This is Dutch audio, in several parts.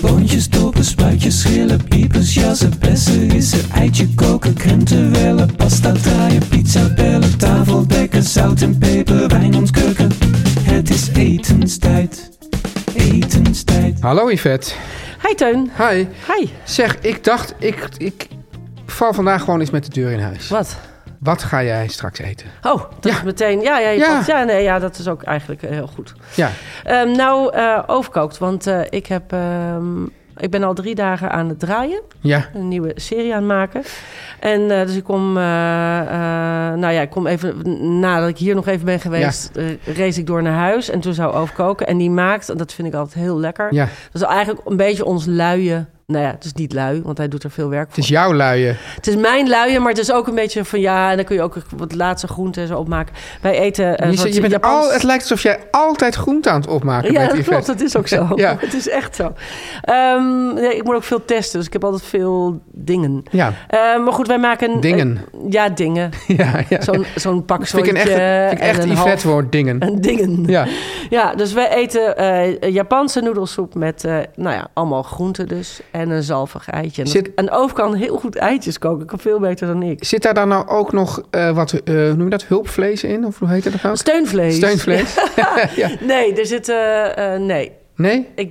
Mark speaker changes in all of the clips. Speaker 1: Boontjes, dopen, spuitjes, schillen, piepers, jassen, bessen, rissen, eitje koken, krenten wellen, pasta draaien, pizza bellen, tafel dekken, zout en peper, wijn ontkurken. Het is etenstijd, etenstijd.
Speaker 2: Hallo Yvette.
Speaker 3: Hi Teun.
Speaker 2: Hi.
Speaker 3: Hi.
Speaker 2: Zeg, ik dacht, ik, ik val vandaag gewoon eens met de deur in huis.
Speaker 3: Wat?
Speaker 2: Wat ga jij straks eten?
Speaker 3: Oh, dat
Speaker 2: Ja.
Speaker 3: is meteen. Ja, ja, je
Speaker 2: Ja.
Speaker 3: pakt- ja, nee, ja, dat is ook eigenlijk eh, heel goed.
Speaker 2: Ja,
Speaker 3: Ehm, nou, eh, overkookt, want eh, ik, heb, ehm, ik ben al drie dagen aan het draaien.
Speaker 2: ja,
Speaker 3: Een nieuwe serie aan het maken. En eh, dus ik kom, eh, eh, nou ja, ik kom even, nadat ik hier nog even ben geweest, eh, race ik door naar huis. En toen zou overkoken. En die maakt, en dat vind ik altijd heel lekker.
Speaker 2: ja.
Speaker 3: Dat is eigenlijk een beetje ons luie. Nou ja, het is niet lui, want hij doet er veel werk voor.
Speaker 2: Het is jouw luie.
Speaker 3: Het is mijn luier, maar het is ook een beetje van ja, en dan kun je ook wat laatste groenten en zo opmaken. Wij eten. eh,
Speaker 2: Je,
Speaker 3: soort
Speaker 2: zit- je bent
Speaker 3: Japans-
Speaker 2: al, het lijkt alsof jij altijd groente aan het opmaken
Speaker 3: ja,
Speaker 2: bent,
Speaker 3: dat
Speaker 2: Yvette.
Speaker 3: klopt. Dat is ook zo.
Speaker 2: Ja.
Speaker 3: Het is echt zo. Ehm, nee, ik moet ook veel testen, dus ik heb altijd veel dingen.
Speaker 2: Ja,
Speaker 3: Ehm, maar goed, wij maken...
Speaker 2: Dingen.
Speaker 3: eh, ja, dingen.
Speaker 2: ja, ja.
Speaker 3: Zo'n zo'n pak
Speaker 2: vind ik een
Speaker 3: zoontje
Speaker 2: echt, vind ik echt
Speaker 3: en een half-
Speaker 2: Yvette-woord, dingen.
Speaker 3: en dingen.
Speaker 2: Ja,
Speaker 3: Ja, dus wij eten eh, Japanse noedelsoep met, eh, nou ja, allemaal groenten dus. En een zalvig eitje. En,
Speaker 2: Zit-
Speaker 3: dat- en Oof kan heel goed eitjes koken. Kan veel beter dan ik.
Speaker 2: zit daar dan nou ook nog eh, wat, eh, hoe noem je dat, hulpvlees in? Of hoe heet dat ook?
Speaker 3: Steunvlees.
Speaker 2: Steunvlees? ja.
Speaker 3: Nee, er zitten... eh, nee.
Speaker 2: Nee?
Speaker 3: Ik,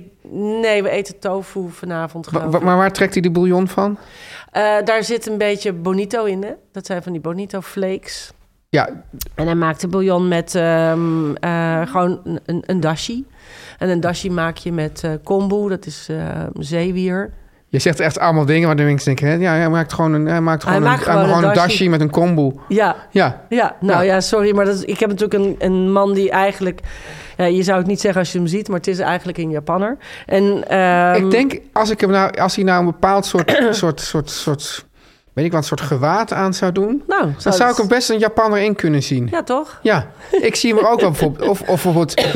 Speaker 3: nee, we eten tofu vanavond
Speaker 2: Wa-
Speaker 3: gewoon.
Speaker 2: wa- maar waar trekt hij de bouillon van?
Speaker 3: Eh, daar zit een beetje bonito in, hè? Dat zijn van die bonito flakes.
Speaker 2: Ja,
Speaker 3: En hij maakt de bouillon met ehm, eh, gewoon een- een, een dashi. En een dashi maak je met eh kombu, dat is eh, zeewier.
Speaker 2: je zegt echt allemaal dingen waar de mensen denken... Hè, ja, hij maakt gewoon een, hij maakt gewoon
Speaker 3: maakt
Speaker 2: een,
Speaker 3: gewoon
Speaker 2: gewoon
Speaker 3: een
Speaker 2: een
Speaker 3: dashi.
Speaker 2: dashi met een kombu.
Speaker 3: Ja,
Speaker 2: Ja,
Speaker 3: ja. nou
Speaker 2: Ja.
Speaker 3: ja, sorry, maar dat is- ik heb natuurlijk een, een man die eigenlijk... ja, je zou het niet zeggen als je hem ziet, maar het is eigenlijk een Japanner. En, ehm,
Speaker 2: ik denk als, ik hem nou, als hij nou een bepaald soort, soort, soort, soort, weet ik wat, soort gewaad aan zou doen...
Speaker 3: Nou,
Speaker 2: dan zou ik
Speaker 3: dat-
Speaker 2: hem best een Japanner in kunnen zien.
Speaker 3: Ja, toch?
Speaker 2: Ja, ik zie hem ook wel bijvoorbeeld... Of, of bijvoorbeeld eh,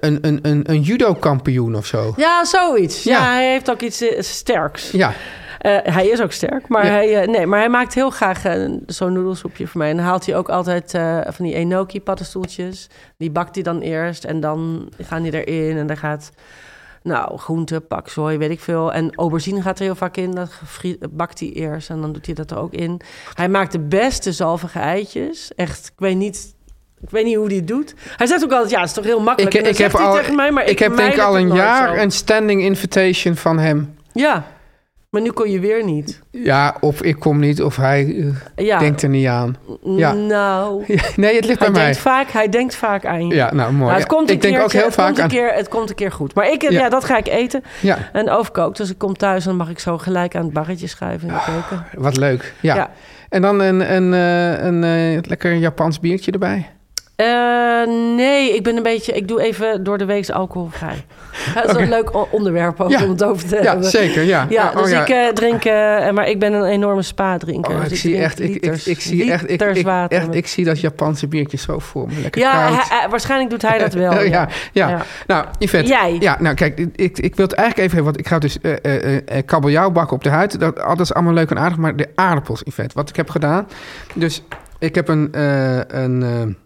Speaker 2: een, een, een, een judo-kampioen of zo.
Speaker 3: Ja, zoiets. Ja,
Speaker 2: Ja.
Speaker 3: hij heeft ook iets eh, sterks.
Speaker 2: Ja,
Speaker 3: Eh, hij is ook sterk, maar,
Speaker 2: Ja.
Speaker 3: hij, eh, nee, maar hij maakt heel graag eh, zo'n noedelsoepje voor mij. En dan haalt hij ook altijd eh, van die enoki paddenstoeltjes. Die bakt hij dan eerst en dan gaan die erin. En daar gaat, nou, groente, pakzooi, weet ik veel. En aubergine gaat er heel vaak in. Dat gefri- bakt hij eerst en dan doet hij dat er ook in. Hij maakt de beste zalvige eitjes. Echt, ik weet niet... Ik weet niet hoe hij het doet. Hij zegt ook altijd, ja, het is toch heel makkelijk.
Speaker 2: ik,
Speaker 3: En dan
Speaker 2: ik heb,
Speaker 3: zegt hij
Speaker 2: al,
Speaker 3: tegen mij, maar
Speaker 2: ik heb denk ik
Speaker 3: mijmer
Speaker 2: al
Speaker 3: het
Speaker 2: een
Speaker 3: nooit
Speaker 2: jaar
Speaker 3: zo.
Speaker 2: een standing invitation van hem.
Speaker 3: Ja, maar nu kon je weer niet.
Speaker 2: Ja, of ik kom niet, of hij eh,
Speaker 3: Ja,
Speaker 2: denkt er niet aan. ja.
Speaker 3: nou...
Speaker 2: nee, het
Speaker 3: Hij
Speaker 2: ligt bij mij.
Speaker 3: denkt, vaak, hij denkt vaak aan je.
Speaker 2: Ja, nou mooi.
Speaker 3: Nou, het komt een
Speaker 2: ik denk ook
Speaker 3: keertje,
Speaker 2: heel
Speaker 3: het komt
Speaker 2: vaak
Speaker 3: een
Speaker 2: aan.
Speaker 3: Keer, het komt een keer goed. Maar ik, ja.
Speaker 2: Ja.
Speaker 3: dat ga ik eten.
Speaker 2: Ja,
Speaker 3: En overkookt. Dus ik kom thuis en dan mag ik zo gelijk aan het barretje schuiven in de keuken.
Speaker 2: wat leuk. Ja.
Speaker 3: Ja.
Speaker 2: En dan een, een, eh, een, eh, lekker Japans biertje erbij.
Speaker 3: Eh, nee, ik ben een beetje... Ik doe even door de week alcoholvrij. Dat is een leuk o- onderwerp ook
Speaker 2: Ja.
Speaker 3: om het over te
Speaker 2: Ja,
Speaker 3: hebben.
Speaker 2: zeker. Ja,
Speaker 3: Ja,
Speaker 2: Oh,
Speaker 3: dus
Speaker 2: ja.
Speaker 3: ik eh, drink... eh, maar ik ben een enorme spa-drinker.
Speaker 2: Oh,
Speaker 3: dus
Speaker 2: ik zie
Speaker 3: drink
Speaker 2: echt, ik, ik,
Speaker 3: liters-
Speaker 2: ik zie echt, ik,
Speaker 3: liters
Speaker 2: ik,
Speaker 3: water.
Speaker 2: echt, ik zie dat Japanse biertje zo voor me. Lekker
Speaker 3: ja,
Speaker 2: koud.
Speaker 3: hij- hij- waarschijnlijk doet hij dat wel.
Speaker 2: ja, ja,
Speaker 3: Ja.
Speaker 2: Nou, Yvette.
Speaker 3: Jij.
Speaker 2: Ja, nou kijk, ik, ik wil het eigenlijk even... Want ik ga dus eh eh, eh, kabeljauw bakken op de huid. Dat, dat is allemaal leuk en aardig. Maar de aardappels, Yvette. Wat ik heb gedaan... Dus ik heb een... eh, een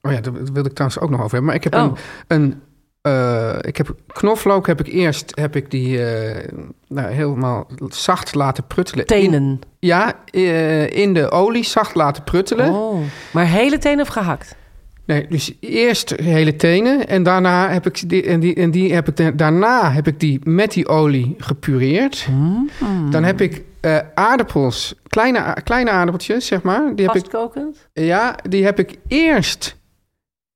Speaker 2: eh, oh ja, daar wilde ik trouwens ook nog over hebben. Maar ik heb
Speaker 3: Oh.
Speaker 2: een... een eh, ik heb knoflook heb ik eerst heb ik die eh, nou, helemaal zacht laten pruttelen. In,
Speaker 3: Tenen.
Speaker 2: ja, eh, in de olie zacht laten pruttelen.
Speaker 3: Oh. Maar hele tenen of gehakt?
Speaker 2: Nee, dus eerst hele tenen en daarna heb ik die, en die, en die heb ik da- daarna heb ik die met die olie gepureerd.
Speaker 3: Hmm.
Speaker 2: Dan heb ik eh, aardappels, kleine, a- kleine aardappeltjes zeg maar, die heb ik,
Speaker 3: Vastkokend?
Speaker 2: ja, die heb ik eerst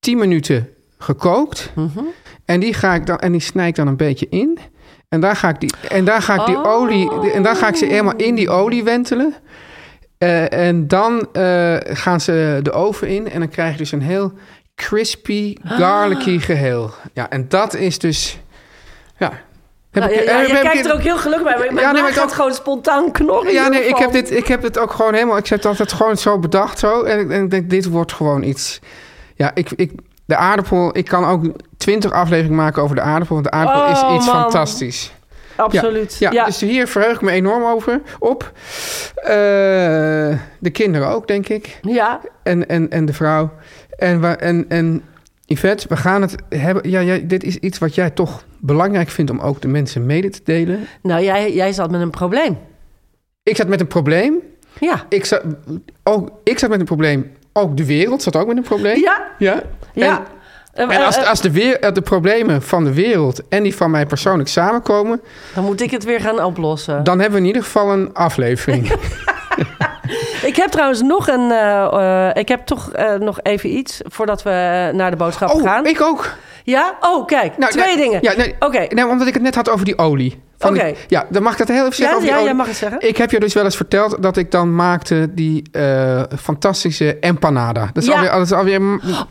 Speaker 2: 10 minuten gekookt
Speaker 3: Mhm.
Speaker 2: en die ga ik dan en die snij ik dan een beetje in. En daar ga ik die, en daar ga ik die
Speaker 3: Oh.
Speaker 2: olie, en daar ga ik ze helemaal in die olie wentelen. Eh, en dan eh, gaan ze de oven in en dan krijg je dus een heel crispy,
Speaker 3: Ah.
Speaker 2: garlicky geheel. Ja, en dat is dus... Ja. Heb
Speaker 3: Nou,
Speaker 2: ik- eh,
Speaker 3: ja, ja,
Speaker 2: heb
Speaker 3: je
Speaker 2: ik-
Speaker 3: kijkt er ook heel gelukkig bij. Maar
Speaker 2: Ja,
Speaker 3: mijn
Speaker 2: nee,
Speaker 3: maag
Speaker 2: maar ik
Speaker 3: gaat
Speaker 2: ook-
Speaker 3: gewoon spontaan knorren.
Speaker 2: Ja, nee, ik
Speaker 3: hiervan.
Speaker 2: heb, dit, ik heb het ook gewoon helemaal... Ik heb dat gewoon zo bedacht zo. En ik, en ik denk, dit wordt gewoon iets... Ja, ik, ik, de aardappel... Ik kan ook twintig afleveringen maken over de aardappel... want de aardappel
Speaker 3: Oh,
Speaker 2: is iets
Speaker 3: man.
Speaker 2: fantastisch.
Speaker 3: Absoluut.
Speaker 2: Ja, dus hier verheug ik me enorm over. Op. Eh, de kinderen ook, denk ik.
Speaker 3: Ja,
Speaker 2: En, en, en de vrouw. En, wa- en, en Yvette, we gaan het hebben... Ja, jij, dit is iets wat jij toch belangrijk vindt... om ook de mensen mede te delen.
Speaker 3: nou jij, jij zat met een probleem.
Speaker 2: Ik zat met een probleem...
Speaker 3: Ja.
Speaker 2: ik zat, ook, ik zat met een probleem. Ook de wereld zat ook met een probleem.
Speaker 3: Ja,
Speaker 2: Ja.
Speaker 3: ja.
Speaker 2: En,
Speaker 3: Eh,
Speaker 2: en
Speaker 3: eh,
Speaker 2: als,
Speaker 3: eh,
Speaker 2: als de, weer, eh, de problemen van de wereld en die van mij persoonlijk samenkomen,
Speaker 3: Dan moet ik het weer gaan oplossen.
Speaker 2: dan hebben we in ieder geval een aflevering.
Speaker 3: Ik heb trouwens nog een... eh, eh, ik heb toch eh, nog even iets voordat we eh, naar de boodschap
Speaker 2: oh,
Speaker 3: gaan.
Speaker 2: ik ook.
Speaker 3: Ja? Oh, kijk.
Speaker 2: Nou,
Speaker 3: Twee
Speaker 2: nee,
Speaker 3: dingen.
Speaker 2: Ja, nee,
Speaker 3: Oké.
Speaker 2: nee, omdat ik het net had over die olie. Van die-
Speaker 3: Oké.
Speaker 2: ja, dan mag ik dat heel even zeggen
Speaker 3: Ja,
Speaker 2: over
Speaker 3: ja, jij
Speaker 2: die olie.
Speaker 3: mag het zeggen.
Speaker 2: Ik heb je dus wel eens verteld dat ik dan maakte die eh, fantastische empanada. Dat is
Speaker 3: Ja.
Speaker 2: alweer... Dat is alweer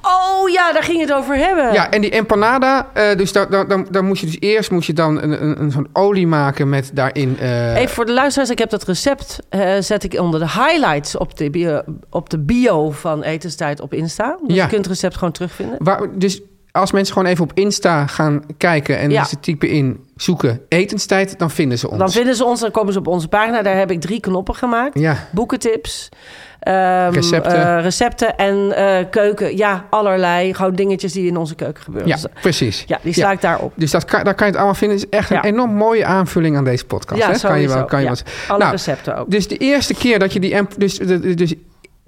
Speaker 3: Oh ja, daar ging je het over hebben.
Speaker 2: Ja, en die empanada, eh, dus daar, daar, daar, daar moest je dus eerst moest je dan een, een, een, zo'n olie maken met daarin. eh,
Speaker 3: Even voor de luisteraars, ik heb dat recept eh, zet ik onder de highlights op de bio, op de bio van Etenstijd op Insta. Dus
Speaker 2: Ja.
Speaker 3: je kunt het recept gewoon terugvinden.
Speaker 2: waar, dus als mensen gewoon even op Insta gaan kijken en
Speaker 3: Ja.
Speaker 2: dus ze typen in zoeken etenstijd, dan vinden ze ons.
Speaker 3: Dan vinden ze ons, dan komen ze op onze pagina. Daar heb ik drie knoppen gemaakt.
Speaker 2: ja,
Speaker 3: Boekentips, ehm,
Speaker 2: Recepten.
Speaker 3: eh, recepten en eh, keuken. Ja, allerlei. Gewoon dingetjes die in onze keuken gebeuren.
Speaker 2: ja,
Speaker 3: Dus,
Speaker 2: precies.
Speaker 3: ja die sla ik daarop.
Speaker 2: Dus dat kan, daar kan je het allemaal vinden. Het is echt een
Speaker 3: Ja.
Speaker 2: enorm mooie aanvulling aan deze podcast.
Speaker 3: Ja,
Speaker 2: hè? Kan je wel,
Speaker 3: sowieso.
Speaker 2: kan je
Speaker 3: Ja.
Speaker 2: wel eens-
Speaker 3: Alle
Speaker 2: Nou,
Speaker 3: recepten ook.
Speaker 2: Dus de eerste keer dat je die, emp- dus, de- de- dus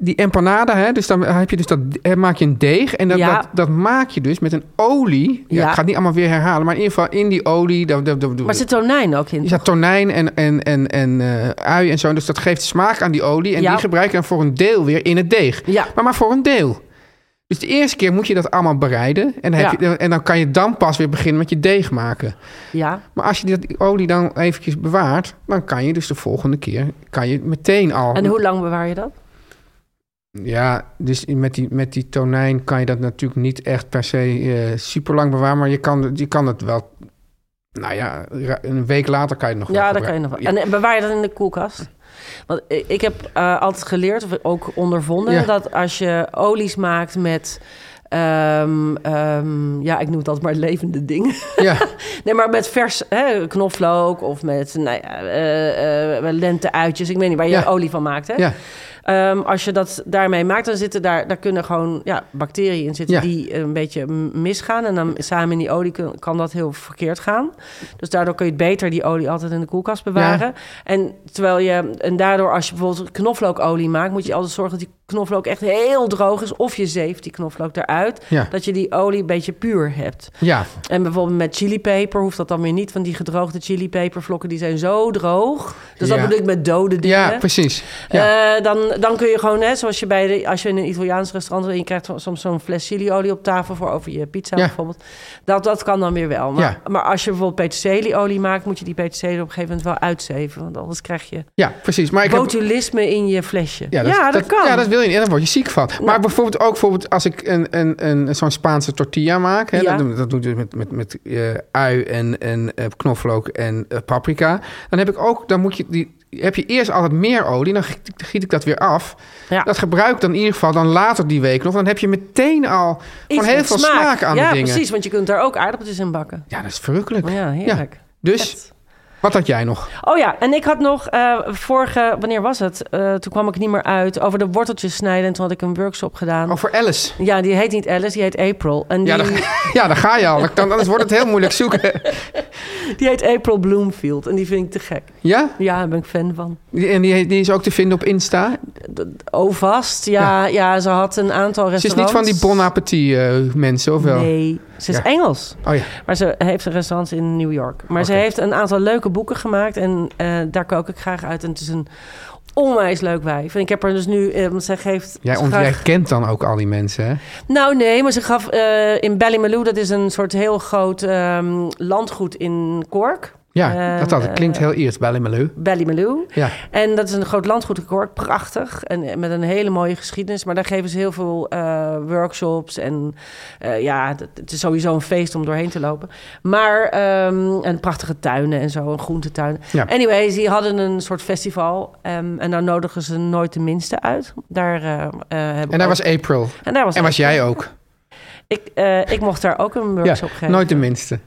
Speaker 2: die empanada, hè, dus dan heb je dus dat, hè, maak je een deeg. En dat,
Speaker 3: Ja.
Speaker 2: dat, dat maak je dus met een olie. Ja,
Speaker 3: Ja.
Speaker 2: Ik ga het niet allemaal weer herhalen, maar in ieder geval in die olie. Dat, dat, dat,
Speaker 3: Maar zit tonijn ook in?
Speaker 2: er zat tonijn en, en, en, en eh, ui en zo. Dus dat geeft smaak aan die olie. En
Speaker 3: Ja.
Speaker 2: die gebruik je dan voor een deel weer in het deeg.
Speaker 3: Ja.
Speaker 2: Maar maar voor een deel. Dus de eerste keer moet je dat allemaal bereiden. En, dan heb
Speaker 3: Ja.
Speaker 2: je, en dan kan je dan pas weer beginnen met je deeg maken.
Speaker 3: Ja.
Speaker 2: Maar als je die- die olie dan eventjes bewaart, dan kan je dus de volgende keer kan je meteen al.
Speaker 3: En hoe lang bewaar je dat?
Speaker 2: Ja, dus met die, met die tonijn kan je dat natuurlijk niet echt per se super lang bewaren, maar je kan, je kan het wel. Nou ja, ra- een week later kan je het nog wel
Speaker 3: Ja, dat kan je nog
Speaker 2: gebruiken.
Speaker 3: wel. En bewaar je dat in de koelkast? Want i- ik heb eh, altijd geleerd, of ook ondervonden,
Speaker 2: Ja.
Speaker 3: dat als je olies maakt met. ehm, ehm, ja, ik noem dat maar levende dingen.
Speaker 2: Ja,
Speaker 3: Nee, maar met vers hè, knoflook of met nou ja, eh, eh, lenteuitjes. Ik weet niet waar je
Speaker 2: Ja.
Speaker 3: olie van maakt. Hè?
Speaker 2: ja,
Speaker 3: Ehm, als je dat daarmee maakt, dan zitten daar, daar kunnen gewoon ja, bacteriën in zitten
Speaker 2: Ja.
Speaker 3: die een beetje m- misgaan. En dan samen in die olie kun- kan dat heel verkeerd gaan. Dus daardoor kun je het beter die olie altijd in de koelkast bewaren. En, terwijl je, en daardoor, als je bijvoorbeeld knoflookolie maakt, moet je altijd zorgen dat die knoflook echt heel droog is. Of je zeeft die knoflook eruit.
Speaker 2: Ja.
Speaker 3: Dat je die olie een beetje puur hebt.
Speaker 2: ja.
Speaker 3: En bijvoorbeeld met chilipeper hoeft dat dan weer niet. Want die gedroogde chilipepervlokken die zijn zo droog. Dus
Speaker 2: Ja.
Speaker 3: dat bedoel ik met dode dingen.
Speaker 2: ja precies. Ja.
Speaker 3: Eh, dan, dan kun je gewoon, hè, zoals je bij de, als je in een Italiaans restaurant bent en je krijgt zo- soms zo'n fles chiliolie op tafel voor over je pizza
Speaker 2: Ja.
Speaker 3: bijvoorbeeld. Dat, dat kan dan weer wel. Maar,
Speaker 2: Ja.
Speaker 3: maar als je bijvoorbeeld peterselieolie maakt, moet je die peterselie op een gegeven moment wel uitzeven. Want anders krijg je
Speaker 2: ja, precies. Maar ik heb-
Speaker 3: botulisme in je flesje. Ja, dat, kan.
Speaker 2: Ja, dat wil je niet. En dan word je ziek van. Maar bijvoorbeeld ook bijvoorbeeld als ik een, een, een, zo'n Spaanse tortilla maak. Hè,
Speaker 3: Ja.
Speaker 2: dat, doe- dat doe ik dus met, met, met eh, ui en, en eh, knoflook en eh, paprika. Dan heb ik ook, dan moet je die. Heb je eerst altijd meer olie, dan giet, ik- giet ik dat weer af.
Speaker 3: Ja.
Speaker 2: Dat gebruik ik dan in ieder geval dan later die week nog. Dan heb je meteen al
Speaker 3: Iets
Speaker 2: gewoon heel
Speaker 3: met
Speaker 2: veel smaak, aan
Speaker 3: ja,
Speaker 2: de dingen.
Speaker 3: precies, want je kunt daar ook aardappeltjes in bakken.
Speaker 2: Ja, dat is verrukkelijk.
Speaker 3: Maar ja, heerlijk.
Speaker 2: Dus
Speaker 3: Vet.
Speaker 2: wat had jij nog?
Speaker 3: Oh ja, en ik had nog eh, vorige, wanneer was het? Eh, toen kwam ik niet meer uit over de worteltjes snijden. En toen had ik een workshop gedaan.
Speaker 2: Over Alice.
Speaker 3: Ja, die heet niet Alice, die heet April. En die,
Speaker 2: Ja, daar, ja, daar ga je al. Dan, anders wordt het heel moeilijk zoeken.
Speaker 3: die heet April Bloomfield. En die vind ik te gek.
Speaker 2: Ja?
Speaker 3: Ja, daar ben ik fan van.
Speaker 2: Die- En die, die is ook te vinden op Insta.
Speaker 3: Oh, vast. Ja, ja. ze had een aantal restaurants.
Speaker 2: Ze is niet van die Bon Appetit eh, mensen, of wel?
Speaker 3: Nee, ze is
Speaker 2: Ja.
Speaker 3: Engels.
Speaker 2: Oh ja.
Speaker 3: Maar ze heeft een restaurant in New York. Maar ze
Speaker 2: Oké.
Speaker 3: heeft een aantal leuke boeken gemaakt. En eh, daar kook ik graag uit. En het is een onwijs leuk wijf. En ik heb er dus nu... eh, want zij geeft...
Speaker 2: Jij,
Speaker 3: ze
Speaker 2: ont-
Speaker 3: graag-
Speaker 2: jij kent dan ook al die mensen, hè?
Speaker 3: Nou, nee, maar ze gaf eh in Ballymaloo, dat is een soort heel groot ehm, landgoed in Cork.
Speaker 2: Ja, dat, dat
Speaker 3: Eh,
Speaker 2: klinkt heel Iers, Ballymaloo.
Speaker 3: Ballymaloo.
Speaker 2: Ja.
Speaker 3: En dat is een groot landgoedakkoord, prachtig. En eh, met een hele mooie geschiedenis. Maar daar geven ze heel veel eh, workshops. En eh, ja, dat- het is sowieso een feest om doorheen te lopen. Maar, ehm, en prachtige tuinen en zo, een groentetuin.
Speaker 2: Ja.
Speaker 3: Anyways, die hadden een soort festival. ehm, en daar nodigen ze nooit de minste uit. Daar, eh, eh, heb ik
Speaker 2: En daar
Speaker 3: ook-
Speaker 2: was April.
Speaker 3: en daar was,
Speaker 2: En was jij ook.
Speaker 3: Ik, eh, ik mocht daar ook een workshop geven.
Speaker 2: Nooit de minste.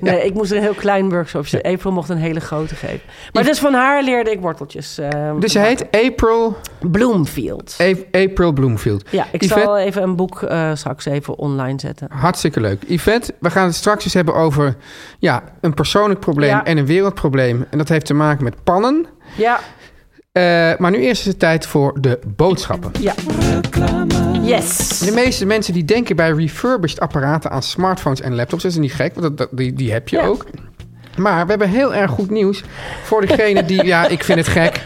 Speaker 3: Nee, ik moest een heel klein workshopje. April mocht een hele grote geven. Maar dus van haar leerde ik worteltjes. eh,
Speaker 2: Dus je heet April,
Speaker 3: Bloomfield.
Speaker 2: A- April Bloomfield.
Speaker 3: Ja, ik
Speaker 2: Yvette-
Speaker 3: zal even een boek eh, straks even online zetten.
Speaker 2: Hartstikke leuk. Yvette, we gaan het straks eens hebben over ja, een persoonlijk probleem
Speaker 3: Ja.
Speaker 2: en een wereldprobleem. En dat heeft te maken met pannen.
Speaker 3: Ja,
Speaker 2: Eh, maar nu eerst is het tijd voor de boodschappen.
Speaker 3: ja. Yes.
Speaker 2: De meeste mensen die denken bij refurbished apparaten aan smartphones en laptops. Dat is niet gek, want dat, dat- die, die heb je
Speaker 3: Ja.
Speaker 2: ook. Maar we hebben heel erg goed nieuws voor degene die... ja, ik vind het gek.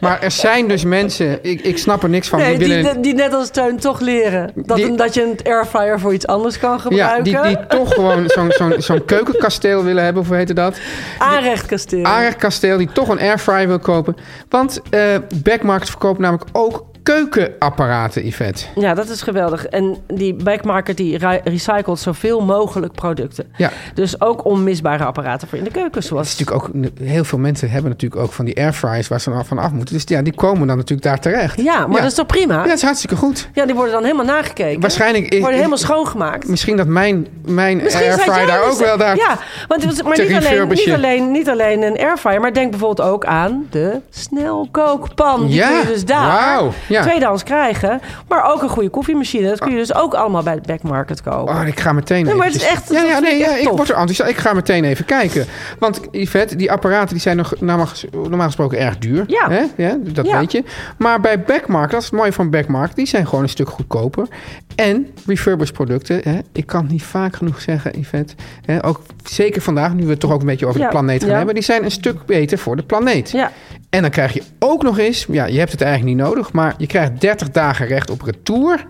Speaker 2: Maar er zijn dus mensen... Ik, ik snap er niks van.
Speaker 3: Nee,
Speaker 2: die
Speaker 3: die,
Speaker 2: willen,
Speaker 3: die, die net als Teun toch leren. Dat
Speaker 2: Die-
Speaker 3: omdat je een airfryer voor iets anders kan
Speaker 2: ja,
Speaker 3: gebruiken.
Speaker 2: die, die toch gewoon zo'n zo'n zo'n keukenkasteel willen hebben. Of hoe heette dat?
Speaker 3: Aanrechtkasteel.
Speaker 2: Arig Kasteel die toch een airfryer wil kopen. Want eh Backmarket verkoopt namelijk ook keukenapparaten, Yvette.
Speaker 3: Ja, dat is geweldig. En die backmarket die ri- recycelt zoveel mogelijk producten.
Speaker 2: Ja, het
Speaker 3: Dus ook onmisbare apparaten voor in de keuken. Zoals...
Speaker 2: is natuurlijk ook, heel veel mensen hebben natuurlijk ook van die airfryers waar ze dan van af moeten. Dus ja, die komen dan natuurlijk daar terecht.
Speaker 3: Ja, maar
Speaker 2: Ja.
Speaker 3: dat is toch prima?
Speaker 2: Ja, dat is hartstikke goed.
Speaker 3: Ja, die worden dan helemaal nagekeken.
Speaker 2: Waarschijnlijk is,
Speaker 3: worden helemaal schoongemaakt.
Speaker 2: misschien dat mijn, mijn
Speaker 3: Misschien zat
Speaker 2: airfryer
Speaker 3: jij
Speaker 2: daar
Speaker 3: dus-
Speaker 2: ook wel daar.
Speaker 3: Ja, want het was, maar
Speaker 2: te
Speaker 3: niet alleen, niet,
Speaker 2: refurbishen.
Speaker 3: alleen, niet alleen een airfryer, maar denk bijvoorbeeld ook aan de snelkookpan. Die
Speaker 2: Ja,
Speaker 3: kun je dus daar
Speaker 2: wauw, ja.
Speaker 3: tweedehands krijgen. Maar ook een goede koffiemachine. Dat kun je dus ook allemaal bij de backmarket kopen.
Speaker 2: Oh, ik ga meteen.
Speaker 3: Nee, maar het is
Speaker 2: eventjes-
Speaker 3: echt- dat vind ik echt
Speaker 2: ik
Speaker 3: tof.
Speaker 2: word er enthousiast. Ik ga meteen even kijken. Want Yvette, die apparaten die zijn nog, normaal ges- normaal gesproken erg duur.
Speaker 3: Ja.
Speaker 2: Hè? ja dat
Speaker 3: Ja.
Speaker 2: weet je. Maar bij Backmark, dat is het mooie van Backmark, die zijn gewoon een stuk goedkoper. En refurbished producten, hè? ik kan het niet vaak genoeg zeggen, Yvette. Hè? Ook zeker vandaag, nu we het toch ook een beetje over
Speaker 3: Ja,
Speaker 2: de planeet gaan
Speaker 3: ja.
Speaker 2: hebben, die zijn een stuk beter voor de planeet.
Speaker 3: Ja,
Speaker 2: En dan krijg je ook nog eens, ja, je hebt het eigenlijk niet nodig, maar je krijgt 30 dagen recht op retour.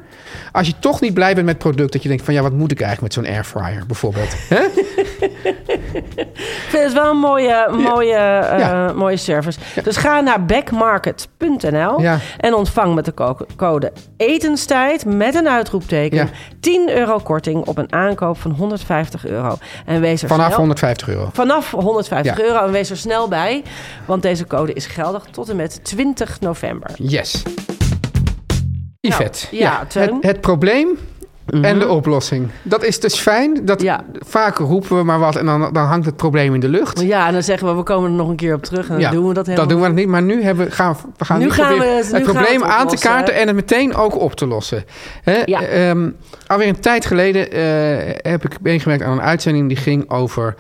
Speaker 2: Als je toch niet blij bent met het product, dat je denkt van ja, wat moet ik eigenlijk met zo'n airfryer bijvoorbeeld? Hè?
Speaker 3: ik vind het wel een mooie, mooie, eh,
Speaker 2: Ja.
Speaker 3: mooie service. Dus ga naar backmarket.nl
Speaker 2: Ja.
Speaker 3: en ontvang met de ko- code etenstijd met een uitroepteken
Speaker 2: Ja.
Speaker 3: 10 euro korting op een aankoop van 150 euro. En wees er
Speaker 2: Vanaf
Speaker 3: snel-
Speaker 2: 150 euro.
Speaker 3: Vanaf 150
Speaker 2: Ja.
Speaker 3: euro en wees er snel bij, want deze code is geldig tot en met 20 november.
Speaker 2: Yes. Yvette.
Speaker 3: Nou, ja, Teun. Mhm.
Speaker 2: het, het probleem en de oplossing. Dat is dus fijn. Dat
Speaker 3: Ja.
Speaker 2: Vaak roepen we maar wat en dan, dan hangt het probleem in de lucht.
Speaker 3: Ja, en dan zeggen we, we komen er nog een keer op terug en dan
Speaker 2: Ja,
Speaker 3: doen we dat helemaal.
Speaker 2: Dan doen we het niet, maar nu hebben, we- gaan we- we gaan
Speaker 3: Nu
Speaker 2: nu
Speaker 3: gaan we
Speaker 2: proberen
Speaker 3: het-
Speaker 2: het,
Speaker 3: nu gaan we
Speaker 2: probleem
Speaker 3: het
Speaker 2: aan te
Speaker 3: oplossen,
Speaker 2: kaarten
Speaker 3: hè?
Speaker 2: en het meteen ook op te lossen. Hè?
Speaker 3: Ja.
Speaker 2: ehm, alweer een tijd geleden eh, heb ik meegewerkt aan een uitzending die ging over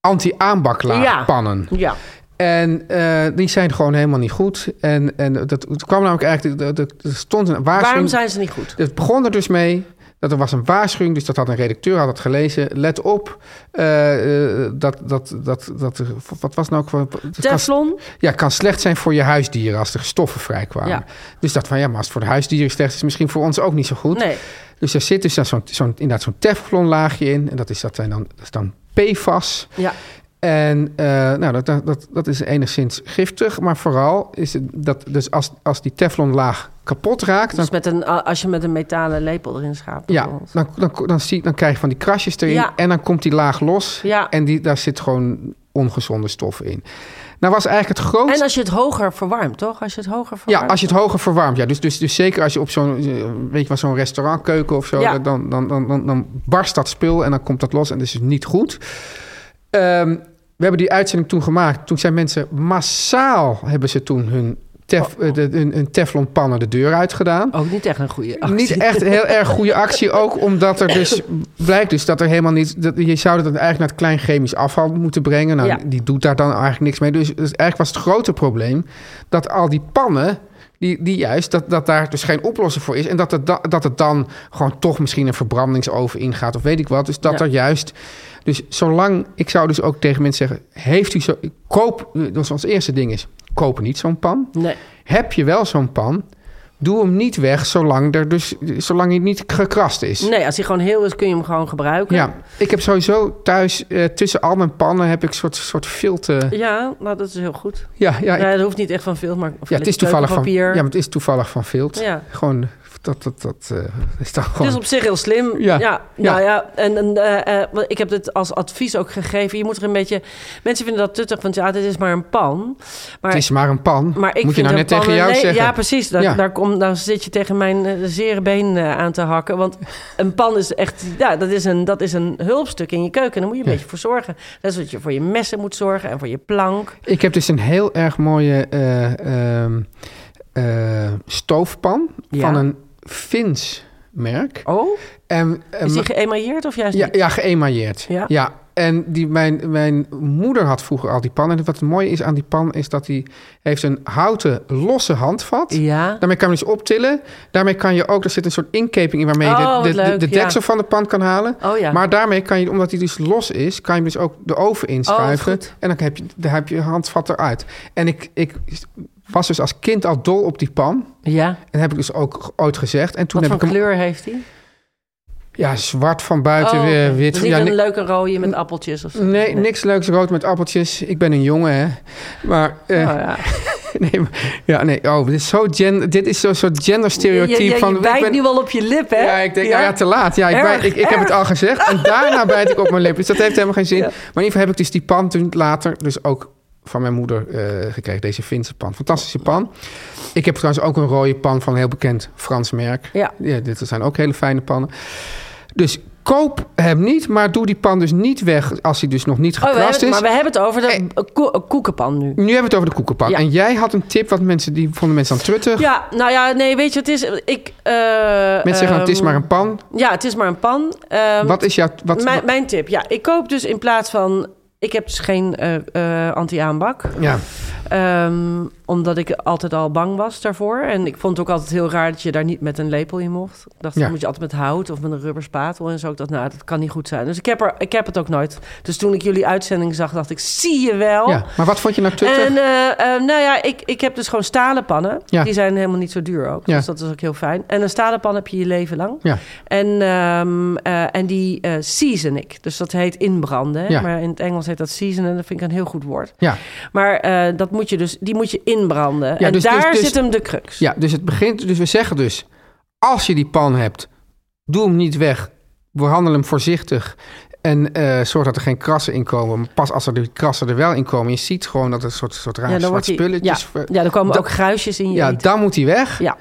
Speaker 2: anti-aanbaklaagpannen.
Speaker 3: Ja,
Speaker 2: En eh, die zijn gewoon helemaal niet goed. En, en dat, het kwam namelijk eigenlijk, dat- dat- er stond een
Speaker 3: waarom
Speaker 2: waarschuwing.
Speaker 3: zijn ze niet goed?
Speaker 2: Het begon er dus mee dat er was een waarschuwing, dus dat had een redacteur had het gelezen. Let op eh, eh, dat, dat, dat, dat, er- wat was nou ook voor- het kan-
Speaker 3: Teflon?
Speaker 2: ja, kan slecht zijn voor je huisdieren als er stoffen vrij kwamen.
Speaker 3: Ja.
Speaker 2: Dus dat van ja, maar als het voor de huisdieren slecht is, is misschien voor ons ook niet zo goed.
Speaker 3: Nee.
Speaker 2: Dus er zit dus dan zo'n, zo'n, inderdaad zo'n teflonlaagje in. En dat is, dat zijn dan, dat is dan PFAS.
Speaker 3: Ja.
Speaker 2: En eh, nou, dat- dat, dat, dat is enigszins giftig. Maar vooral is het dat dus als, als die teflonlaag kapot raakt, dan
Speaker 3: Dus met een, als je met een metalen lepel erin schaapt.
Speaker 2: ja,
Speaker 3: bijvoorbeeld.
Speaker 2: dan, dan, dan, zie, dan krijg je van die krasjes erin.
Speaker 3: Ja.
Speaker 2: En dan komt die laag los.
Speaker 3: Ja.
Speaker 2: En die, daar zit gewoon ongezonde stof in. Nou was eigenlijk het grootste...
Speaker 3: En als je het hoger verwarmt, toch? Als je het hoger
Speaker 2: Ja,
Speaker 3: verwarmt.
Speaker 2: als je het hoger verwarmt. Ja, dus, dus, dus zeker als je op zo'n, eh, weet je wel, zo'n restaurantkeuken of zo,
Speaker 3: Ja.
Speaker 2: dan, dan, dan, dan, dan barst dat spul en dan komt dat los en dat is dus niet goed. Ehm, we hebben die uitzending toen gemaakt. Toen zijn mensen massaal, hebben ze toen hun, tef,
Speaker 3: Oh.
Speaker 2: eh, de- hun, hun teflonpannen de deur uitgedaan.
Speaker 3: Ook niet echt een goede actie.
Speaker 2: Niet echt een heel erg goede actie. Ook omdat er dus blijkt dus dat er helemaal niet. Dat, je zou dat eigenlijk naar het klein chemisch afval moeten brengen. Nou,
Speaker 3: Ja.
Speaker 2: die doet daar dan eigenlijk niks mee. Dus, dus eigenlijk was het grote probleem dat al die pannen. Die, die juist, dat, dat daar dus geen oplossing voor is. En dat het, da- dat het dan gewoon toch misschien een verbrandingsoven ingaat of weet ik wat. Dus dat
Speaker 3: Ja.
Speaker 2: er juist. Dus zolang. Ik zou dus ook tegen mensen zeggen: Heeft u zo. Koop. Dat is ons eerste ding is: koop niet zo'n pan.
Speaker 3: Nee.
Speaker 2: Heb je wel zo'n pan? Doe hem niet weg zolang, er dus, zolang hij niet gekrast is.
Speaker 3: Nee, als hij gewoon heel is, kun je hem gewoon gebruiken.
Speaker 2: Ja, ik heb sowieso thuis eh, tussen al mijn pannen heb ik een soort, soort filter.
Speaker 3: Ja, nou, dat is heel goed.
Speaker 2: Ja, ja, ik-
Speaker 3: Ja, dat hoeft niet echt van veel, maar
Speaker 2: ja, het is toevallig van, ja,
Speaker 3: papier.
Speaker 2: maar het is toevallig van vilt.
Speaker 3: Ja.
Speaker 2: Gewoon, dat, dat, dat eh, is dan
Speaker 3: Dus
Speaker 2: gewoon...
Speaker 3: op zich heel slim.
Speaker 2: Ja.
Speaker 3: Ja. Nou ja, en, en eh, eh, want ik heb dit als advies ook gegeven. Je moet er een beetje... Mensen vinden dat tuttig, want ja, dit is maar een pan. Maar,
Speaker 2: het is maar een pan.
Speaker 3: maar ik
Speaker 2: Moet je
Speaker 3: vind
Speaker 2: nou
Speaker 3: een
Speaker 2: net
Speaker 3: pan
Speaker 2: tegen
Speaker 3: een
Speaker 2: jou
Speaker 3: le-
Speaker 2: zeggen?
Speaker 3: Ja, precies. Daar,
Speaker 2: Ja.
Speaker 3: Daar kom, dan zit je tegen mijn eh, zere been eh, aan te hakken. Want een pan is echt... Ja, dat is een, dat is een hulpstuk in je keuken. Daar moet je een
Speaker 2: Ja.
Speaker 3: beetje voor zorgen. Dat is wat je voor je messen moet zorgen en voor je plank.
Speaker 2: Ik heb dus een heel erg mooie eh, ehm, eh, stoofpan
Speaker 3: Ja.
Speaker 2: van een Fins merk.
Speaker 3: Oh,
Speaker 2: En, en
Speaker 3: is die geëmailleerd of juist
Speaker 2: ja,
Speaker 3: niet?
Speaker 2: ja, geëmailleerd.
Speaker 3: Ja.
Speaker 2: En die, mijn, mijn moeder had vroeger al die pan. En wat het mooie is aan die pan is dat die heeft een houten losse handvat.
Speaker 3: Ja.
Speaker 2: Daarmee kan je dus optillen. Daarmee kan je ook, er zit een soort inkeping in waarmee je
Speaker 3: Oh, wat
Speaker 2: de, de, de,
Speaker 3: leuk,
Speaker 2: de
Speaker 3: ja.
Speaker 2: deksel van de pan kan halen.
Speaker 3: Oh ja.
Speaker 2: Nou, Maar daarmee kan je, omdat hij dus los is, kan je hem dus ook de oven inschuiven.
Speaker 3: Oh, wat goed.
Speaker 2: en dan heb je, dan heb je handvat eruit. En ik, ik was dus als kind al dol op die pan.
Speaker 3: ja.
Speaker 2: En heb ik dus ook ooit gezegd. En toen
Speaker 3: Wat
Speaker 2: heb
Speaker 3: voor
Speaker 2: ik hem
Speaker 3: kleur heeft die?
Speaker 2: ja, zwart van buiten
Speaker 3: Oh,
Speaker 2: weer
Speaker 3: oké.
Speaker 2: wit.
Speaker 3: Dus
Speaker 2: van-
Speaker 3: niet
Speaker 2: ja,
Speaker 3: een
Speaker 2: ni-
Speaker 3: leuke rode met appeltjes of zo.
Speaker 2: nee, niks leuks rood met appeltjes. Ik ben een jongen, hè. Maar, eh,
Speaker 3: Oh, ja.
Speaker 2: nee, maar- ja, nee. Oh, dit is zo gen, dit is zo'n soort genderstereotype
Speaker 3: je, je, je
Speaker 2: van. ik
Speaker 3: bijt
Speaker 2: ben-
Speaker 3: nu al op je lip, hè?
Speaker 2: Ja, ik denk, nou ja, ja te laat. Ja, ik,
Speaker 3: Erg,
Speaker 2: bijt- ik, ik heb het al gezegd. En daarna bijt ik op mijn lip. Dus dat heeft helemaal geen zin.
Speaker 3: Ja.
Speaker 2: Maar in ieder geval heb ik dus die pan toen later dus ook van mijn moeder eh, gekregen. Deze Finse pan. Fantastische pan. Ik heb trouwens ook een rode pan van een heel bekend Frans merk.
Speaker 3: Ja.
Speaker 2: dit zijn ook hele fijne pannen. Dus koop hem niet, maar doe die pan dus niet weg als hij dus nog niet
Speaker 3: Oh, we hebben,
Speaker 2: gekrast
Speaker 3: het-
Speaker 2: is.
Speaker 3: maar we hebben het over de ko- koekenpan nu.
Speaker 2: Nu hebben we het over de koekenpan.
Speaker 3: Ja.
Speaker 2: En jij had een tip wat mensen, die vonden mensen aan truttig.
Speaker 3: Ja, nou ja, nee, weet je, het is... Ik, eh,
Speaker 2: Mensen zeggen, nou, het is
Speaker 3: ehm,
Speaker 2: maar een pan.
Speaker 3: Ja, het is maar een pan. Ehm,
Speaker 2: Wat is jouw... Wat,
Speaker 3: mijn, mijn tip, ja. Ik koop dus in plaats van... Ik heb dus geen eh, eh, anti-aanbak.
Speaker 2: ja.
Speaker 3: Ehm, omdat ik altijd al bang was daarvoor. En ik vond het ook altijd heel raar dat je daar niet met een lepel in mocht. Ik dacht,
Speaker 2: Ja.
Speaker 3: dan moet je altijd met hout of met een rubber spatel en zo. Ik dacht, nou, dat kan niet goed zijn. Dus ik heb, er, ik heb het ook nooit. Dus toen ik jullie uitzending zag, dacht ik, zie je wel.
Speaker 2: ja. Maar wat vond je nou truttig?
Speaker 3: En eh, eh, nou ja, ik, ik heb dus gewoon stalen pannen.
Speaker 2: Ja.
Speaker 3: Die zijn helemaal niet zo duur ook.
Speaker 2: Ja.
Speaker 3: Dus dat is ook heel fijn. En een stalen pan heb je je leven lang.
Speaker 2: Ja.
Speaker 3: En, ehm, eh, en die eh, season ik. Dus dat heet inbranden. hè.
Speaker 2: Ja.
Speaker 3: Maar in het Engels heet dat season en dat vind ik een heel goed woord.
Speaker 2: Ja.
Speaker 3: Maar eh, dat moet je dus, die moet je inbranden.
Speaker 2: Ja,
Speaker 3: en
Speaker 2: dus- dus-
Speaker 3: daar
Speaker 2: dus-
Speaker 3: zit hem de crux.
Speaker 2: Ja, dus het begint. Dus we zeggen dus: als je die pan hebt, doe hem niet weg. Behandel hem voorzichtig. En eh, zorg dat er geen krassen in komen. Maar Pas als er die krassen er wel in komen, je ziet gewoon dat er een soort, soort raar
Speaker 3: Ja, dan wordt
Speaker 2: zwart
Speaker 3: die-
Speaker 2: spulletjes.
Speaker 3: ja. ja, er komen
Speaker 2: Dat-
Speaker 3: ook gruisjes in je
Speaker 2: Ja,
Speaker 3: ja,
Speaker 2: dan moet hij weg.
Speaker 3: ja.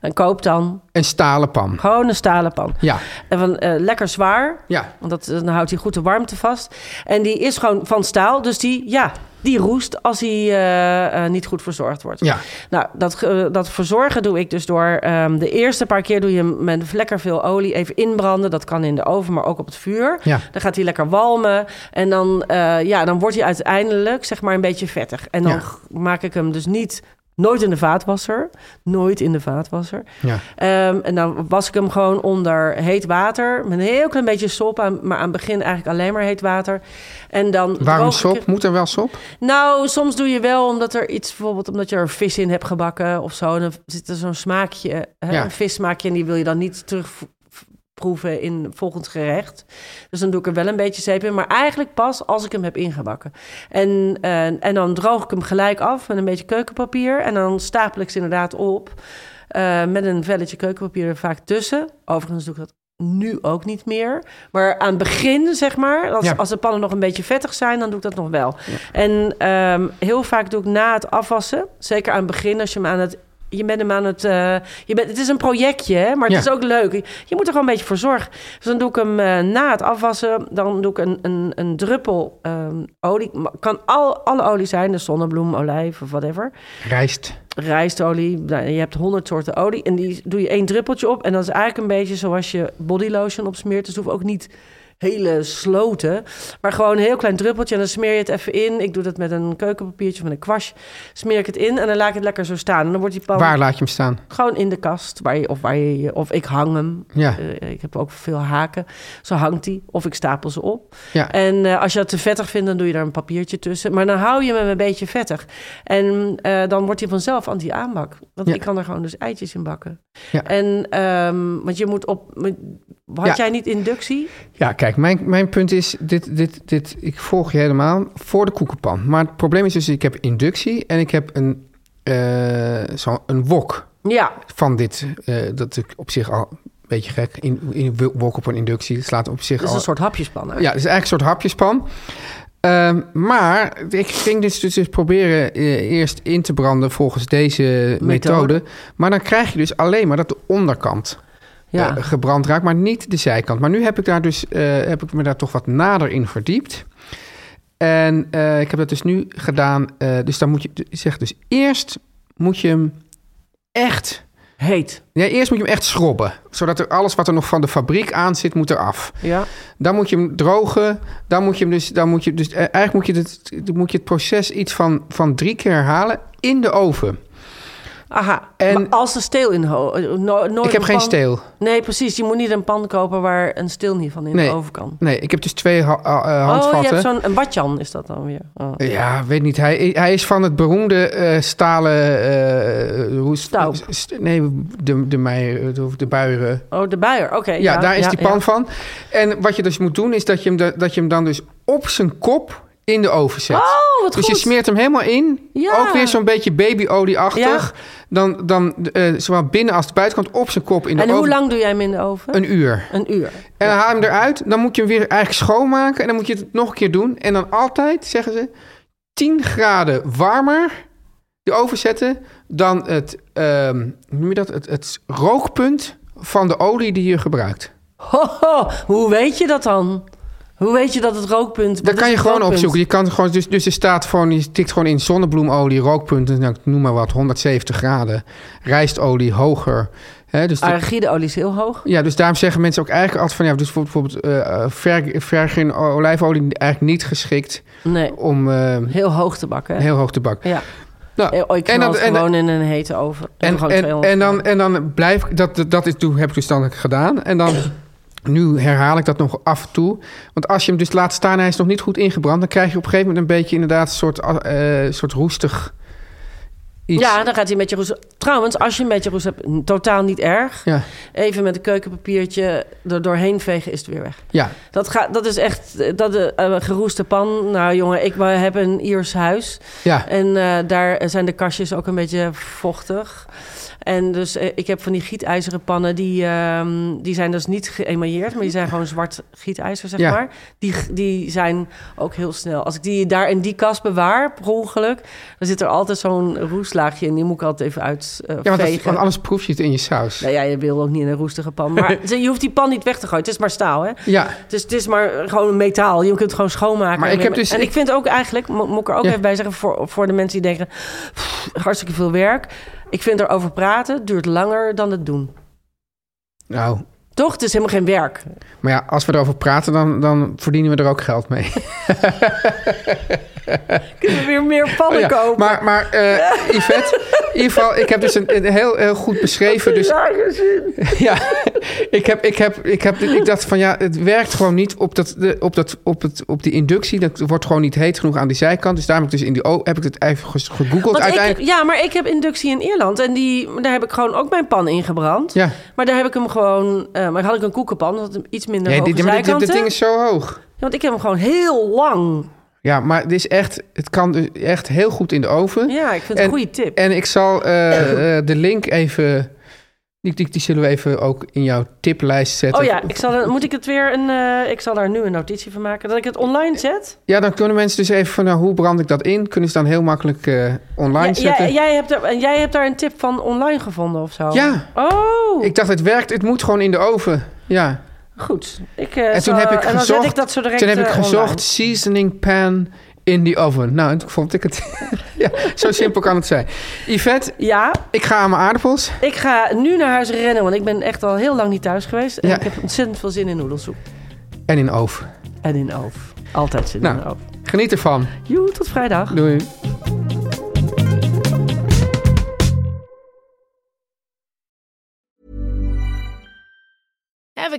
Speaker 3: En koop dan
Speaker 2: Een stalen pan.
Speaker 3: gewoon een stalen pan.
Speaker 2: Ja,
Speaker 3: En van, eh, lekker zwaar.
Speaker 2: ja.
Speaker 3: Want dat, dan houdt hij goed de warmte vast. En die is gewoon van staal. Dus die, ja, die roest als hij eh, eh, niet goed verzorgd wordt.
Speaker 2: Ja,
Speaker 3: Nou, dat, eh, dat verzorgen doe ik dus door... ehm, de eerste paar keer doe je hem met lekker veel olie even inbranden. Dat kan in de oven, maar ook op het vuur.
Speaker 2: Ja.
Speaker 3: Dan gaat hij lekker walmen. En dan, eh, ja, dan wordt hij uiteindelijk zeg maar een beetje vettig. En dan
Speaker 2: Ja.
Speaker 3: g- maak ik hem dus niet... Nooit in de vaatwasser. Nooit in de vaatwasser.
Speaker 2: ja.
Speaker 3: Ehm, en dan was ik hem gewoon onder heet water. Met een heel klein beetje sop, aan, maar aan het begin eigenlijk alleen maar heet water. En dan
Speaker 2: Waarom
Speaker 3: droog ik
Speaker 2: sop?
Speaker 3: het-
Speaker 2: Moet er wel sop?
Speaker 3: Nou, soms doe je wel omdat er iets, bijvoorbeeld omdat je er vis in hebt gebakken of zo. En dan zit er zo'n smaakje, hè,
Speaker 2: Ja.
Speaker 3: een vissmaakje, en die wil je dan niet terugproeven in volgend gerecht. Dus dan doe ik er wel een beetje zeep in, maar eigenlijk pas als ik hem heb ingebakken. En, eh, en, en dan droog ik hem gelijk af met een beetje keukenpapier. En dan stapel ik ze inderdaad op eh, met een velletje keukenpapier er vaak tussen. Overigens doe ik dat nu ook niet meer. Maar aan het begin, zeg maar, als,
Speaker 2: Ja.
Speaker 3: als de pannen nog een beetje vettig zijn, dan doe ik dat nog wel. En ehm, heel vaak doe ik na het afwassen, zeker aan het begin, als je hem aan het. Je bent hem aan het. eh, je bent, het is een projectje, hè, maar het
Speaker 2: Ja.
Speaker 3: is ook leuk. Je moet er gewoon een beetje voor zorgen. Dus dan doe ik hem eh, na het afwassen. Dan doe ik een, een, een druppel ehm, olie. Ma- Kan al, alle olie zijn, de zonnebloem, olijf of whatever
Speaker 2: Rijst.
Speaker 3: rijstolie. Nou, je hebt honderd soorten olie. En die doe je één druppeltje op. En dat is eigenlijk een beetje zoals je body lotion opsmeert. Dus het hoeft ook niet hele sloten. Maar gewoon een heel klein druppeltje en dan smeer je het even in. Ik doe dat met een keukenpapiertje of met een kwast. Smeer ik het in en dan laat ik het lekker zo staan. En dan wordt die pan
Speaker 2: Waar laat je hem staan?
Speaker 3: gewoon in de kast. Waar je, of, waar je, of ik hang hem.
Speaker 2: Ja,
Speaker 3: Eh, ik heb ook veel haken. Zo hangt die. Of ik stapel ze op.
Speaker 2: ja.
Speaker 3: En eh, als je dat te vettig vindt, dan doe je daar een papiertje tussen. Maar dan hou je hem een beetje vettig. En eh, dan wordt hij vanzelf anti-aanbak. Want
Speaker 2: Ja.
Speaker 3: ik kan er gewoon dus eitjes in bakken.
Speaker 2: Ja.
Speaker 3: En, ehm, want je moet op... Had
Speaker 2: Ja.
Speaker 3: jij niet inductie?
Speaker 2: ja kijk, mijn, mijn punt is, dit, dit, dit, ik volg je helemaal voor de koekenpan. Maar het probleem is dus, ik heb inductie en ik heb een, eh, zo, een wok
Speaker 3: Ja.
Speaker 2: van dit. eh, dat ik op zich al een beetje gek, in, in wok op een inductie, het slaat op zich
Speaker 3: Dat is
Speaker 2: al...
Speaker 3: een soort hapjespan. hè?
Speaker 2: Ja, het is eigenlijk een soort hapjespan. Ehm, maar ik ging dus, dus, dus proberen eh, eerst in te branden volgens deze methode. Maar dan krijg je dus alleen maar dat de onderkant
Speaker 3: Ja.
Speaker 2: eh, gebrand raakt, maar niet de zijkant. Maar nu heb ik, daar dus, eh, heb ik me daar toch wat nader in verdiept. En eh, ik heb dat dus nu gedaan. eh, dus dan moet je, zeg dus eerst moet je hem echt...
Speaker 3: Heet.
Speaker 2: Nee, eerst moet je hem echt schrobben. Zodat er alles wat er nog van de fabriek aan zit, moet eraf.
Speaker 3: Ja.
Speaker 2: Dan moet je hem drogen. Dan moet je hem dus. Dan moet je, dus eh, eigenlijk moet je, het, moet je het proces iets van, van drie keer herhalen in de oven.
Speaker 3: Oh, Aha.
Speaker 2: En-
Speaker 3: maar als de steel in... ho- eh, no- nooit
Speaker 2: ik heb
Speaker 3: een
Speaker 2: geen
Speaker 3: pan-
Speaker 2: steel.
Speaker 3: Nee, precies. Je moet niet een pan kopen waar een steel niet van in
Speaker 2: Nee.
Speaker 3: de oven kan.
Speaker 2: Nee, ik heb dus twee ha- ha- eh,
Speaker 3: Oh, je hebt
Speaker 2: handvatten.
Speaker 3: zo'n... Een watjan is dat dan weer. Oh.
Speaker 2: ja, weet niet. Hij, hij is van het beroemde eh, stalen. eh hoe is-
Speaker 3: Staup.
Speaker 2: st- nee, de, de, meier, de, de buieren.
Speaker 3: Oh, de buier. Oké.
Speaker 2: Ja, daar is
Speaker 3: ja,
Speaker 2: die
Speaker 3: ja.
Speaker 2: pan van. En wat je dus moet doen, is dat je hem, da- dat je hem dan dus op zijn kop in de oven zet.
Speaker 3: Oh, wat
Speaker 2: Dus
Speaker 3: goed.
Speaker 2: je smeert hem helemaal in.
Speaker 3: Ja.
Speaker 2: Ook weer zo'n beetje babyolieachtig. Dan, dan eh, zowel binnen als de buitenkant op zijn kop in de
Speaker 3: En
Speaker 2: oven.
Speaker 3: hoe lang doe jij hem in de oven?
Speaker 2: Een uur.
Speaker 3: Een uur.
Speaker 2: En dan haal je hem eruit. Dan moet je hem weer eigenlijk schoonmaken. En dan moet je het nog een keer doen. En dan altijd, zeggen ze, 10 graden warmer de oven zetten dan het, ehm, hoe noem je dat? Het, het rookpunt van de olie die je gebruikt.
Speaker 3: Ho, ho, hoe weet je dat dan? Hoe weet je dat het rookpunt... wat
Speaker 2: Dat
Speaker 3: is
Speaker 2: kan je
Speaker 3: het
Speaker 2: gewoon
Speaker 3: rookpunt?
Speaker 2: opzoeken. Je kan gewoon, dus, dus er staat gewoon, je tikt gewoon in zonnebloemolie, rookpunt, en dan noem maar wat, 170 graden. Rijstolie hoger. Hè, dus de-
Speaker 3: Arachideolie is heel hoog.
Speaker 2: ja, dus daarom zeggen mensen ook eigenlijk altijd van ja, dus bijvoorbeeld eh, eh, ver, vergin olijfolie eigenlijk niet geschikt
Speaker 3: Nee,
Speaker 2: om eh,
Speaker 3: heel hoog te bakken. hè?
Speaker 2: heel hoog te bakken.
Speaker 3: Ja.
Speaker 2: Nou,
Speaker 3: Oh, Ik
Speaker 2: en
Speaker 3: knal
Speaker 2: dan,
Speaker 3: het
Speaker 2: en,
Speaker 3: gewoon in een hete oven. Ik doe
Speaker 2: en,
Speaker 3: gewoon
Speaker 2: en,
Speaker 3: 200
Speaker 2: en dan, en dan blijf ik, dat, dat- dat is, toen heb ik dus dan gedaan. En dan, nu herhaal ik dat nog af en toe. Want als je hem dus laat staan en hij is nog niet goed ingebrand... dan krijg je op een gegeven moment een beetje inderdaad een soort, eh, eh, soort roestig iets.
Speaker 3: Ja, dan gaat hij met je roes. Trouwens, als je een beetje roes hebt, n- totaal niet erg.
Speaker 2: Ja.
Speaker 3: Even met een keukenpapiertje er doorheen vegen is het weer weg.
Speaker 2: ja.
Speaker 3: Dat, gaat, dat is echt eh, dat, eh, eh, geroeste pan. Nou jongen, ik eh, heb een Iers huis.
Speaker 2: ja.
Speaker 3: En eh, daar zijn de kastjes ook een beetje vochtig. En dus eh, ik heb van die gietijzeren pannen, die, ehm, die zijn dus niet geëmailleerd, maar die zijn gewoon zwart gietijzer, zeg
Speaker 2: Ja.
Speaker 3: maar. Die, die zijn ook heel snel. Als ik die daar in die kast bewaar, per ongeluk, dan zit er altijd zo'n roeslaagje in. Die moet ik altijd even uitvegen.
Speaker 2: Ja, want, dat- want anders proef je het in je saus.
Speaker 3: nou ja, je wil ook niet in een roestige pan. Maar je hoeft die pan niet weg te gooien. Het is maar staal, hè?
Speaker 2: Ja,
Speaker 3: Het is, het is maar gewoon metaal. Je kunt het gewoon schoonmaken.
Speaker 2: Maar ik heb dus-
Speaker 3: en ik vind ook eigenlijk, mo- moet ik er ook
Speaker 2: Ja.
Speaker 3: even bij zeggen... Voor, voor de mensen die denken, "Pff, hartstikke veel werk. Ik vind erover praten duurt langer dan het doen.
Speaker 2: nou...
Speaker 3: Toch? Het is helemaal geen werk.
Speaker 2: Maar ja, als we erover praten, dan, dan verdienen we er ook geld mee.
Speaker 3: Kunnen we weer meer pannen
Speaker 2: Oh ja,
Speaker 3: kopen?
Speaker 2: Maar, maar eh, Yvette, in ieder geval, ik heb dus een, een heel, heel goed beschreven. Dus, ja, ik, heb, ik, heb, ik, heb, ik dacht van ja, het werkt gewoon niet op, dat, de- op, dat, op, het, op die inductie. Dat wordt gewoon niet heet genoeg aan die zijkant. Dus daarom heb ik, dus in die, o- heb ik het even ges- gegoogeld
Speaker 3: Want ik,
Speaker 2: uiteindelijk.
Speaker 3: ja, maar ik heb inductie in Ierland. En die, daar heb ik gewoon ook mijn pan in gebrand.
Speaker 2: Ja,
Speaker 3: Maar daar heb ik hem gewoon... eh, maar had ik een koekenpan, dat had hem iets minder
Speaker 2: nee,
Speaker 3: hoge
Speaker 2: dit, maar dit, dit- dit
Speaker 3: zijkanten.
Speaker 2: ding is zo hoog.
Speaker 3: Ja, Want ik heb hem gewoon heel lang.
Speaker 2: Ja, maar het, is echt, het kan dus echt heel goed in de oven.
Speaker 3: Ja, ik vind het
Speaker 2: En-
Speaker 3: een goede tip.
Speaker 2: En ik zal eh, eh, de link even... Die, die, die zullen we even ook in jouw tiplijst zetten.
Speaker 3: Oh ja, ik zal er, moet ik het weer een. eh, ik zal daar nu een notitie van maken. Dat ik het online zet.
Speaker 2: Ja, dan kunnen mensen dus even van, nou, hoe brand ik dat in? Kunnen ze dan heel makkelijk eh, online
Speaker 3: Ja,
Speaker 2: zetten?
Speaker 3: jij, jij, hebt er, en jij hebt daar een tip van online gevonden of zo.
Speaker 2: Ja.
Speaker 3: Oh,
Speaker 2: Ik dacht, het werkt, het moet gewoon in de oven. Ja.
Speaker 3: goed. Ik, eh, zal-
Speaker 2: En toen heb ik
Speaker 3: En dan zet ik
Speaker 2: gezocht-
Speaker 3: dat zo direct
Speaker 2: toen heb ik
Speaker 3: eh,
Speaker 2: gezocht,
Speaker 3: online.
Speaker 2: seasoning pan in the oven. Nou, en toen vond ik het... ja, zo simpel kan het zijn. Yvette,
Speaker 3: Ja,
Speaker 2: ik ga aan mijn aardappels.
Speaker 3: ik ga nu naar huis rennen, want ik ben echt al heel lang niet thuis geweest. En
Speaker 2: Ja.
Speaker 3: ik heb ontzettend veel zin in noedelsoep.
Speaker 2: en in oof.
Speaker 3: En in oof. Altijd zin
Speaker 2: Nou.
Speaker 3: in oof.
Speaker 2: Geniet ervan.
Speaker 3: Joe, tot vrijdag.
Speaker 2: Doei.
Speaker 4: Ever